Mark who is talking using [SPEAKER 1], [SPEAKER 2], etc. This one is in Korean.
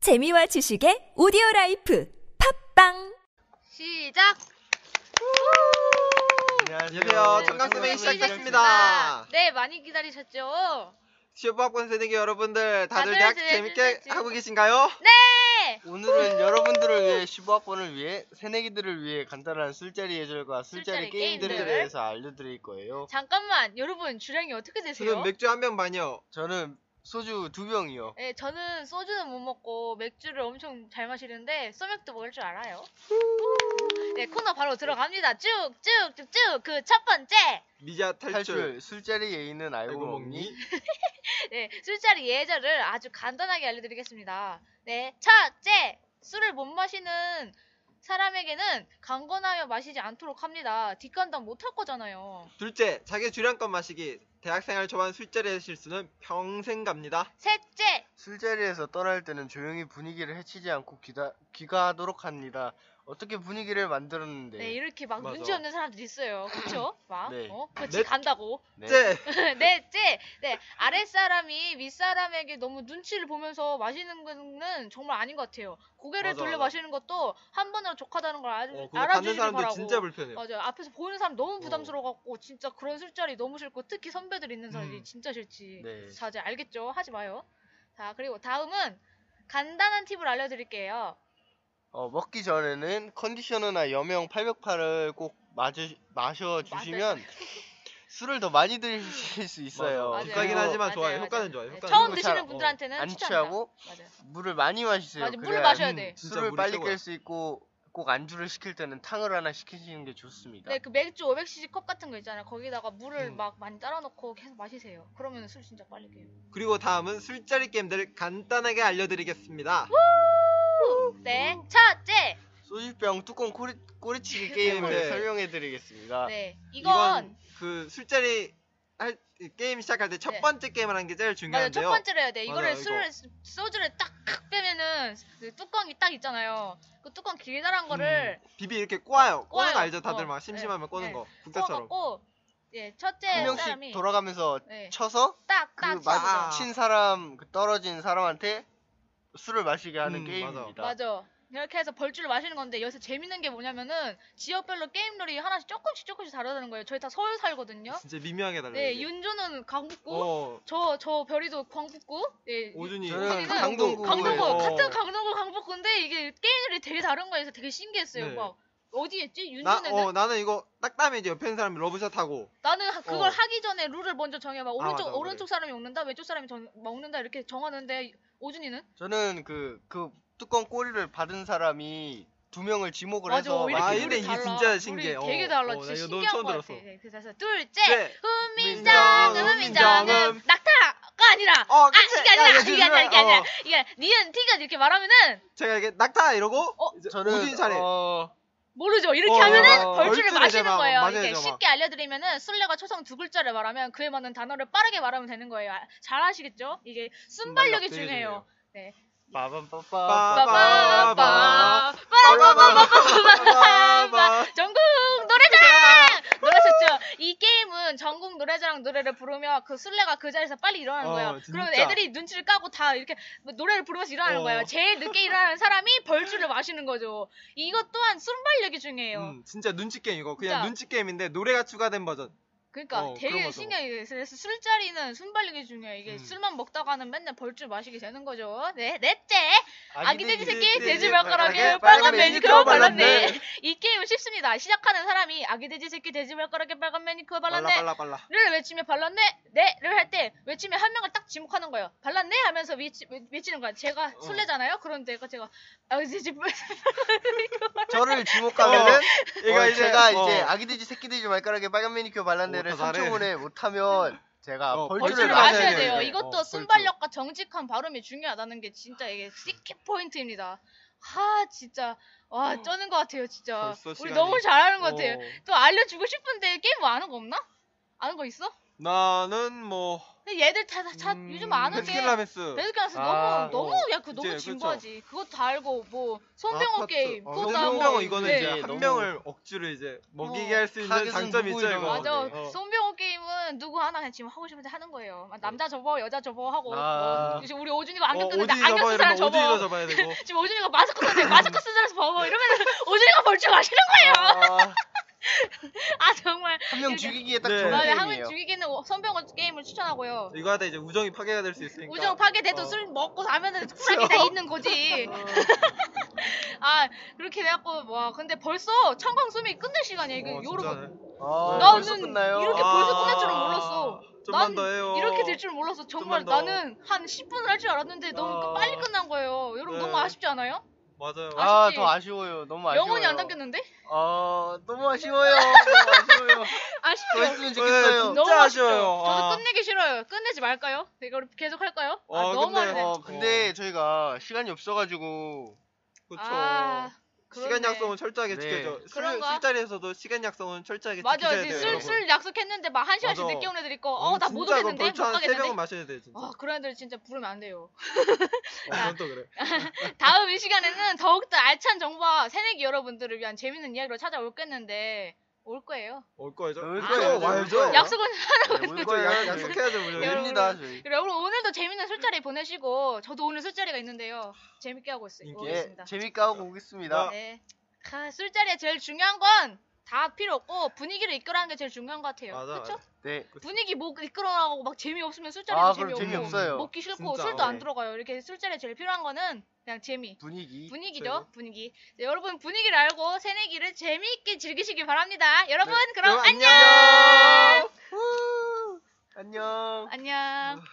[SPEAKER 1] 재미와 지식의 오디오 라이프 팝빵!
[SPEAKER 2] 시작.
[SPEAKER 3] 네,
[SPEAKER 4] 안녕하세요. 어, 청각선생님 시작했습니다.
[SPEAKER 2] 네, 많이 기다리셨죠?
[SPEAKER 4] 시오프학번 새내기 여러분들 다들
[SPEAKER 2] 다들
[SPEAKER 4] 대학
[SPEAKER 2] 네,
[SPEAKER 4] 재밌게
[SPEAKER 2] 네,
[SPEAKER 4] 하고 계신가요?
[SPEAKER 2] 네.
[SPEAKER 3] 오늘은 여러분들을 위해 시부학번을 위해 새내기들을 위해 간단한 술자리 예절과 술자리,
[SPEAKER 2] 술자리
[SPEAKER 3] 게임들에
[SPEAKER 2] 게임들.
[SPEAKER 3] 대해서 알려드릴 거예요.
[SPEAKER 2] 잠깐만, 여러분 주량이 어떻게 되세요?
[SPEAKER 4] 저는 맥주 한 병 반이요.
[SPEAKER 3] 저는 소주 두 병이요.
[SPEAKER 2] 네, 저는 소주는 못 먹고 맥주를 엄청 잘 마시는데 소맥도 먹을 줄 알아요. 네, 코너 바로 들어갑니다. 쭉, 쭉, 쭉, 쭉. 그 첫 번째.
[SPEAKER 4] 미자
[SPEAKER 3] 탈출,
[SPEAKER 4] 탈출.
[SPEAKER 3] 술자리 예의는 알고
[SPEAKER 4] 알고
[SPEAKER 3] 먹니?
[SPEAKER 4] 먹니?
[SPEAKER 2] 네, 술자리 예절을 아주 간단하게 알려드리겠습니다. 네, 첫째, 술을 못 마시는 사람에게는 강권하여 마시지 않도록 합니다. 뒷간담 못 할 거잖아요.
[SPEAKER 4] 둘째, 자기 주량껏 마시기. 대학생활 초반 술자리의 실수는 평생 갑니다.
[SPEAKER 2] 셋째,
[SPEAKER 3] 술자리에서 떠날 때는 조용히 분위기를 해치지 않고 기다, 귀가하도록 합니다. 어떻게 분위기를 만들었는데?
[SPEAKER 2] 네, 이렇게 막
[SPEAKER 4] 맞아.
[SPEAKER 2] 눈치 없는 사람들 있어요. 그쵸? 막,
[SPEAKER 3] 네.
[SPEAKER 2] 어? 그치,
[SPEAKER 4] 넷-
[SPEAKER 2] 간다고.
[SPEAKER 3] 네.
[SPEAKER 4] 셋째,
[SPEAKER 2] 넷째, 네, 아랫사람이 윗사람에게 너무 눈치를 보면서 마시는 거는 정말 아닌 것 같아요. 고개를
[SPEAKER 4] 맞아,
[SPEAKER 2] 돌려
[SPEAKER 4] 맞아.
[SPEAKER 2] 마시는 것도 한 번으로 족하다는 걸 알,
[SPEAKER 4] 어, 그거 받는
[SPEAKER 2] 알아주시기
[SPEAKER 4] 사람들
[SPEAKER 2] 바라고. 어,
[SPEAKER 4] 진짜 불편해요. 어.
[SPEAKER 2] 맞아요. 앞에서 보이는 사람 너무 부담스러워갖고 진짜 그런 술자리 너무 싫고 특히 선배들 있는 사람이
[SPEAKER 4] 음.
[SPEAKER 2] 진짜 싫지.
[SPEAKER 3] 네.
[SPEAKER 2] 자제 알겠죠? 하지 마요. 자 그리고 다음은 간단한 팁을 알려드릴게요.
[SPEAKER 3] 어, 먹기 전에는 컨디셔너나 여명 808을 꼭 마주, 마셔주시면 술을 더 많이 드실 수 있어요.
[SPEAKER 2] 맞아요.
[SPEAKER 4] 비싸긴
[SPEAKER 3] 그리고
[SPEAKER 4] 하지만
[SPEAKER 2] 맞아요,
[SPEAKER 4] 좋아요.
[SPEAKER 2] 맞아요.
[SPEAKER 4] 효과는 좋아요.
[SPEAKER 2] 네,
[SPEAKER 4] 효과는
[SPEAKER 2] 처음
[SPEAKER 4] 좋아요.
[SPEAKER 3] 잘,
[SPEAKER 2] 드시는
[SPEAKER 3] 어,
[SPEAKER 2] 분들한다
[SPEAKER 3] 안 취하고
[SPEAKER 2] 맞아요.
[SPEAKER 3] 물을 많이 마시세요.
[SPEAKER 2] 맞아, 물을
[SPEAKER 3] 그래야
[SPEAKER 2] 마셔야 돼.
[SPEAKER 4] 진짜
[SPEAKER 3] 술을
[SPEAKER 4] 물이
[SPEAKER 3] 빨리
[SPEAKER 4] 최고야.
[SPEAKER 3] 깰 수 있고 꼭 안주를 시킬 때는 탕을 하나 시키시는 게 좋습니다.
[SPEAKER 2] 네, 그 맥주 500cc 컵 같은 거 있잖아요. 거기다가 물을
[SPEAKER 4] 음.
[SPEAKER 2] 막 많이 따라 넣고 계속 마시세요. 그러면 술 진짜 빨리 깨요.
[SPEAKER 4] 그리고 다음은 술자리 게임들 간단하게 알려드리겠습니다. 음.
[SPEAKER 2] 네, 첫째.
[SPEAKER 3] 소주병 뚜껑 꼬리, 꼬리치기 게임을
[SPEAKER 4] 네. 아,
[SPEAKER 3] 설명해드리겠습니다.
[SPEAKER 2] 네, 이건
[SPEAKER 4] 이건 그 술자리 할, 게임 시작할 때 첫
[SPEAKER 2] 네.
[SPEAKER 4] 번째 게임을 하는 게 제일
[SPEAKER 2] 맞아
[SPEAKER 4] 중요한데요.
[SPEAKER 2] 첫 번째로 해야 돼. 이거를
[SPEAKER 4] 맞아,
[SPEAKER 2] 술을 소주를 딱칵 빼면은 그 뚜껑이 딱 있잖아요. 그 뚜껑
[SPEAKER 4] 음,
[SPEAKER 2] 길다란 거를
[SPEAKER 4] 비비 이렇게 꼬아요. 꼬는
[SPEAKER 2] 꼬아요.
[SPEAKER 4] 거 알죠? 다들
[SPEAKER 2] 어,
[SPEAKER 4] 막 심심하면
[SPEAKER 2] 네,
[SPEAKER 4] 꼬는
[SPEAKER 2] 네.
[SPEAKER 4] 거. 국자처럼.
[SPEAKER 2] 꼬아갖고 예
[SPEAKER 3] 한
[SPEAKER 2] 첫째
[SPEAKER 3] 명씩
[SPEAKER 2] 사람이
[SPEAKER 3] 돌아가면서
[SPEAKER 2] 네,
[SPEAKER 3] 쳐서
[SPEAKER 2] 딱딱
[SPEAKER 3] 그
[SPEAKER 2] 그, 맞아.
[SPEAKER 4] 마-
[SPEAKER 3] 마친 사람, 그 떨어진 사람한테 술을 마시게 하는
[SPEAKER 4] 음,
[SPEAKER 3] 게임입니다.
[SPEAKER 2] 맞아. 이렇게 해서 벌주를 마시는 건데 여기서 재밌는 게 뭐냐면은 지역별로 게임룰이 하나씩 조금씩 조금씩 다르다는 거예요. 저희 다 서울 살거든요.
[SPEAKER 4] 진짜 미묘하게 달라요.
[SPEAKER 2] 네,
[SPEAKER 4] 이게.
[SPEAKER 2] 윤조는 강북구,
[SPEAKER 4] 어,
[SPEAKER 2] 저 저 별이도 강북구, 예,
[SPEAKER 4] 오준이
[SPEAKER 3] 저는
[SPEAKER 2] 저는
[SPEAKER 3] 강동구.
[SPEAKER 2] 강동구
[SPEAKER 4] 어.
[SPEAKER 2] 같은 강동구 강북구인데 이게 게임이 되게 다른 거여서 되게 신기했어요.
[SPEAKER 4] 네.
[SPEAKER 2] 막 어디였지?
[SPEAKER 4] 나,
[SPEAKER 2] 윤조는 네.
[SPEAKER 4] 어, 나는 이거 딱 따면 이제 옆에 있는 사람이 러브샷 하고
[SPEAKER 2] 나는 하- 그걸
[SPEAKER 4] 어.
[SPEAKER 2] 하기 전에 룰을 먼저 정해 막
[SPEAKER 4] 아,
[SPEAKER 2] 오른쪽
[SPEAKER 4] 맞아,
[SPEAKER 2] 오른쪽 사람이 먹는다 왼쪽 사람이 전- 먹는다 이렇게 정하는데 오준이는
[SPEAKER 3] 저는 그, 그 뚜껑 꼬리를 받은 사람이 두 명을 지목을
[SPEAKER 2] 맞아
[SPEAKER 3] 해서
[SPEAKER 2] 이렇게
[SPEAKER 4] 아,
[SPEAKER 3] 마시게
[SPEAKER 4] 근데
[SPEAKER 2] 룰이
[SPEAKER 4] 이게
[SPEAKER 2] 달라
[SPEAKER 4] 진짜 신기해.
[SPEAKER 2] 룰이 되게
[SPEAKER 4] 어,
[SPEAKER 2] 달라
[SPEAKER 4] 어, 나
[SPEAKER 2] 진짜
[SPEAKER 4] 이거 너무
[SPEAKER 2] 신기한
[SPEAKER 4] 처음
[SPEAKER 2] 거 같아
[SPEAKER 4] 들었어.
[SPEAKER 2] 네, 그래서 둘째
[SPEAKER 4] 네.
[SPEAKER 2] 훈민정음
[SPEAKER 4] 훈민정음.
[SPEAKER 2] 훈민정음 낙타가 아니라
[SPEAKER 4] 어,
[SPEAKER 2] 아
[SPEAKER 4] 그치.
[SPEAKER 2] 이게 아니라
[SPEAKER 4] 야,
[SPEAKER 2] 이게 아니라 이게
[SPEAKER 4] 어,
[SPEAKER 2] 아니라 이게 아니라 니은 티가 이렇게 말하면은
[SPEAKER 4] 제가 이렇게 낙타 이러고
[SPEAKER 2] 어,
[SPEAKER 4] 이제
[SPEAKER 3] 저는
[SPEAKER 4] 오딘 차례
[SPEAKER 3] 어,
[SPEAKER 2] 모르죠. 이렇게
[SPEAKER 4] 어,
[SPEAKER 2] 하면은
[SPEAKER 3] 어, 어.
[SPEAKER 2] 벌주를
[SPEAKER 4] 벌주를 이제
[SPEAKER 2] 마시는
[SPEAKER 4] 막
[SPEAKER 2] 거예요.
[SPEAKER 4] 마셔야죠,
[SPEAKER 2] 이게
[SPEAKER 4] 막.
[SPEAKER 2] 쉽게 알려드리면은 순례가 초성 두 글자를 말하면 그에 맞는 단어를 빠르게 말하면 되는 거예요. 아, 잘 아시겠죠? 이게 순발력이
[SPEAKER 3] 되게
[SPEAKER 2] 중요해요. 네.
[SPEAKER 4] 빠밤.
[SPEAKER 3] 빠밤빠빠
[SPEAKER 2] 빠바바 어, 빠바바바
[SPEAKER 4] 빠바바바.
[SPEAKER 2] 전국 노래장 놀라셨죠? 이 게임은 전국 노래자랑 노래를 부르며 그 술래가 그 자리에서 빨리 일어나는
[SPEAKER 4] 어,
[SPEAKER 2] 거예요. 그러면
[SPEAKER 4] 진짜.
[SPEAKER 2] 애들이 눈치를 까고 다 이렇게 뭐 노래를 부르면서 일어나는
[SPEAKER 4] 어.
[SPEAKER 2] 거예요. 제일 늦게 일어나는 사람이 벌주를 마시는 거죠. 이것 또한 순발력이 중요해요.
[SPEAKER 4] 음, 진짜 눈치 게임 이거 그냥
[SPEAKER 2] 어. 진짜.
[SPEAKER 4] 눈치 게임인데 노래가 추가된 버전.
[SPEAKER 2] 그러니까
[SPEAKER 4] 어, 그런
[SPEAKER 2] 되게
[SPEAKER 4] 거죠.
[SPEAKER 2] 신기하게 돼요. 그래서 술자리는 순발력이 중요해. 이게
[SPEAKER 4] 음.
[SPEAKER 2] 술만 먹다가는 맨날 벌주 마시게 되는 거죠. 네, 넷째 아기 돼지 새끼
[SPEAKER 4] 돼지
[SPEAKER 2] 돼지 발가락에
[SPEAKER 4] 발가락에
[SPEAKER 2] 빨간
[SPEAKER 4] 빨간
[SPEAKER 2] 매니큐어
[SPEAKER 4] 매니큐어
[SPEAKER 2] 발랐네.
[SPEAKER 4] 발랐네.
[SPEAKER 2] 이 게임은 쉽습니다. 시작하는 사람이 아기 돼지 새끼 돼지 발가락에 빨간 매니큐어
[SPEAKER 4] 빨라
[SPEAKER 2] 발랐네.
[SPEAKER 4] 빨라 빨라.
[SPEAKER 2] 를 외치며 발랐네 네를 할 때 외치면 한 명을 딱 지목하는 거예요 발랐네 하면서 외치, 는 거야 제가
[SPEAKER 4] 어.
[SPEAKER 2] 술래잖아요 그런데 제가 아기 돼지 발-
[SPEAKER 3] 저를 지목하면은
[SPEAKER 4] 얘가
[SPEAKER 3] 어,
[SPEAKER 4] 이제-
[SPEAKER 3] 제가
[SPEAKER 4] 어.
[SPEAKER 3] 이제 아기 돼지 새끼 돼지 말가락에 빨간 매니큐어 발란데를
[SPEAKER 4] 오, 다 잘해.
[SPEAKER 3] 3초 만에 못하면 제가
[SPEAKER 4] 어,
[SPEAKER 3] 벌주를
[SPEAKER 2] 벌주를
[SPEAKER 4] 맞아야
[SPEAKER 2] 마셔야
[SPEAKER 4] 돼요,
[SPEAKER 2] 돼요.
[SPEAKER 4] 이거.
[SPEAKER 2] 이것도
[SPEAKER 4] 어,
[SPEAKER 2] 순발력과 정직한 발음이 중요하다는 게 진짜 이게 시키 포인트입니다. 하 진짜 와 쩌는 것 같아요 진짜.
[SPEAKER 4] 어. 벌써
[SPEAKER 2] 우리
[SPEAKER 4] 시간이-
[SPEAKER 2] 너무 잘하는 것 같아요.
[SPEAKER 4] 어.
[SPEAKER 2] 또 알려주고 싶은데 게임 뭐 아는 거 없나? 아는 거 있어?
[SPEAKER 4] 나는 뭐
[SPEAKER 2] 근데 얘들 다, 다, 다
[SPEAKER 4] 음,
[SPEAKER 2] 요즘 아는 게
[SPEAKER 4] 베스킨라빈스.
[SPEAKER 2] 베스킨라빈스
[SPEAKER 3] 아,
[SPEAKER 2] 너무 너무
[SPEAKER 4] 어.
[SPEAKER 2] 야 그 너무
[SPEAKER 4] 이제
[SPEAKER 2] 진부하지. 그것도 다 알고 뭐 손병호
[SPEAKER 4] 아파트.
[SPEAKER 2] 게임
[SPEAKER 4] 어,
[SPEAKER 2] 그것도
[SPEAKER 3] 손병호
[SPEAKER 2] 알고.
[SPEAKER 4] 손병호 이거는
[SPEAKER 2] 네.
[SPEAKER 4] 이제 한
[SPEAKER 3] 너무-
[SPEAKER 4] 명을 억지로 이제 먹이게
[SPEAKER 2] 어.
[SPEAKER 4] 할 수 있는
[SPEAKER 3] 타겟은
[SPEAKER 4] 장점이 있죠
[SPEAKER 3] 누구이라고
[SPEAKER 4] 이거.
[SPEAKER 2] 맞아.
[SPEAKER 3] 어.
[SPEAKER 2] 손병호 게임은 저는 누구 하나 그냥 지금 하고 싶은데 하는 거예요. 막 남자 접어, 여자 접어 하고
[SPEAKER 3] 아.
[SPEAKER 2] 뭐 지금 우리 오준이가 안경
[SPEAKER 4] 오디
[SPEAKER 2] 쓰는데 안경 쓴
[SPEAKER 4] 접어야
[SPEAKER 2] 사람
[SPEAKER 4] 되고
[SPEAKER 2] 접어.
[SPEAKER 4] 오디도 접어야 되고.
[SPEAKER 2] 지금 오준이가 마스크 쓰는데 마스크 쓴 사람 접어. 이러면 오준이가 벌칙 마시는 거야. 아 정말.
[SPEAKER 3] 한 명 죽이기에 딱
[SPEAKER 4] 네.
[SPEAKER 3] 좋은
[SPEAKER 2] 맞아요.
[SPEAKER 3] 게임이에요.
[SPEAKER 2] 하면 죽이기는 선병원 게임을 추천하고요.
[SPEAKER 4] 이거 하다 이제 우정이 파괴가 될 수 있으니까.
[SPEAKER 2] 우정 파괴돼도
[SPEAKER 4] 어.
[SPEAKER 2] 술 먹고 자면은 쿨하게 다 있는 거지. 아 그렇게 해갖고 와 근데 벌써 청강수미 끝낼 시간이야 이게
[SPEAKER 4] 어,
[SPEAKER 2] 요렇게
[SPEAKER 4] 진짜네.
[SPEAKER 3] 아,
[SPEAKER 4] 나는
[SPEAKER 3] 벌써 끝나요?
[SPEAKER 2] 이렇게
[SPEAKER 3] 아,
[SPEAKER 2] 벌써 끝날 줄은 몰랐어. 난
[SPEAKER 4] 좀만 더 해요.
[SPEAKER 2] 이렇게 될 줄 몰라서 정말
[SPEAKER 4] 어, 좀만 더.
[SPEAKER 2] 나는 한 10분을 할 줄 알았는데 너무
[SPEAKER 4] 아.
[SPEAKER 2] 빨리 끝난 거예요. 여러분
[SPEAKER 4] 네.
[SPEAKER 2] 너무 아쉽지 않아요?
[SPEAKER 4] 맞아요.
[SPEAKER 3] 아,
[SPEAKER 2] 아쉽지.
[SPEAKER 3] 더 아쉬워요. 너무 아쉬워요.
[SPEAKER 2] 영혼이 안 담겼는데?
[SPEAKER 3] 아, 너무 아쉬워요. 너무 아쉬워요.
[SPEAKER 2] 아쉽죠?
[SPEAKER 3] 더 했으면 좋겠어요.
[SPEAKER 4] 진짜
[SPEAKER 2] 너무 아쉽죠?
[SPEAKER 4] 아쉬워요.
[SPEAKER 2] 저도
[SPEAKER 4] 아.
[SPEAKER 2] 끝내기 싫어요. 끝내지 말까요? 이걸 계속 할까요? 아,
[SPEAKER 4] 아,
[SPEAKER 2] 너무
[SPEAKER 4] 근데-
[SPEAKER 2] 하네.
[SPEAKER 3] 어, 근데 저희가 시간이 없어가지고
[SPEAKER 4] 그쵸.
[SPEAKER 2] 아,
[SPEAKER 4] 시간
[SPEAKER 2] 그러네.
[SPEAKER 4] 약속은 철저하게
[SPEAKER 3] 네.
[SPEAKER 4] 지켜줘. 술,
[SPEAKER 2] 그런가?
[SPEAKER 4] 술자리에서도 시간 약속은 철저하게
[SPEAKER 2] 맞아.
[SPEAKER 4] 지키셔야
[SPEAKER 2] 이제
[SPEAKER 4] 돼요.
[SPEAKER 2] 술,
[SPEAKER 4] 여러분.
[SPEAKER 2] 술 약속했는데 막 한 시간씩
[SPEAKER 4] 맞아.
[SPEAKER 2] 늦게 오는 애들 있고 어, 나 못
[SPEAKER 4] 진짜 그건
[SPEAKER 2] 오겠는데? 못
[SPEAKER 4] 벌써 한세 병은
[SPEAKER 2] 가겠는데?
[SPEAKER 4] 마셔야 돼 진짜. 어,
[SPEAKER 2] 아, 그런 애들 진짜 부르면 안 돼요.
[SPEAKER 4] 그건 또 그래.
[SPEAKER 2] 다음 이 시간에는 더욱더 알찬 정보와 새내기 여러분들을 위한 재밌는 이야기로 찾아올겠는데 올 거예요.
[SPEAKER 4] 올 거죠?
[SPEAKER 3] 올
[SPEAKER 4] 아,
[SPEAKER 3] 거예요.
[SPEAKER 4] 와야죠.
[SPEAKER 3] 올 거예요.
[SPEAKER 2] 약속은
[SPEAKER 3] 올
[SPEAKER 4] 그쵸, 약-
[SPEAKER 3] 거예요.
[SPEAKER 4] 약속해야죠 우리.
[SPEAKER 2] 여러분.
[SPEAKER 3] 됩니다 저희.
[SPEAKER 2] 그래 여러분 오늘도 재밌는 술자리 보내시고 저도 오늘 술자리가 있는데요 재밌게 하고 있어요
[SPEAKER 4] 인기.
[SPEAKER 3] 예,
[SPEAKER 2] 오겠습니다
[SPEAKER 3] 재밌게 하고 오겠습니다.
[SPEAKER 2] 네 아, 술자리에 제일 중요한 건 다 필요 없고 분위기를 이끌어가는 게 제일 중요한 것 같아요
[SPEAKER 4] 맞아,
[SPEAKER 2] 그쵸?
[SPEAKER 4] 맞아.
[SPEAKER 3] 네.
[SPEAKER 2] 분위기 뭐 이끌어가고 막 재미없으면 술자리도
[SPEAKER 3] 아, 그럼
[SPEAKER 2] 재미없고
[SPEAKER 3] 재미없어요.
[SPEAKER 2] 먹기 싫고
[SPEAKER 4] 진짜,
[SPEAKER 2] 술도 안
[SPEAKER 3] 네.
[SPEAKER 2] 들어가요 이렇게 술자리에 제일 필요한 거는 그냥 재미
[SPEAKER 3] 분위기.
[SPEAKER 2] 분위기죠 분위기 네, 여러분 분위기를 알고 새내기를 재미있게 즐기시길 바랍니다 여러분
[SPEAKER 4] 네,
[SPEAKER 2] 그럼
[SPEAKER 4] 그럼
[SPEAKER 2] 안녕
[SPEAKER 4] 안녕!
[SPEAKER 3] 후, 안녕.
[SPEAKER 2] 안녕